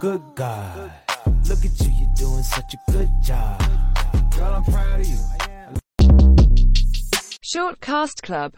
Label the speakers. Speaker 1: Good God. Look at you, you're doing such a good job. Girl, I'm proud of you.
Speaker 2: Shortcast Club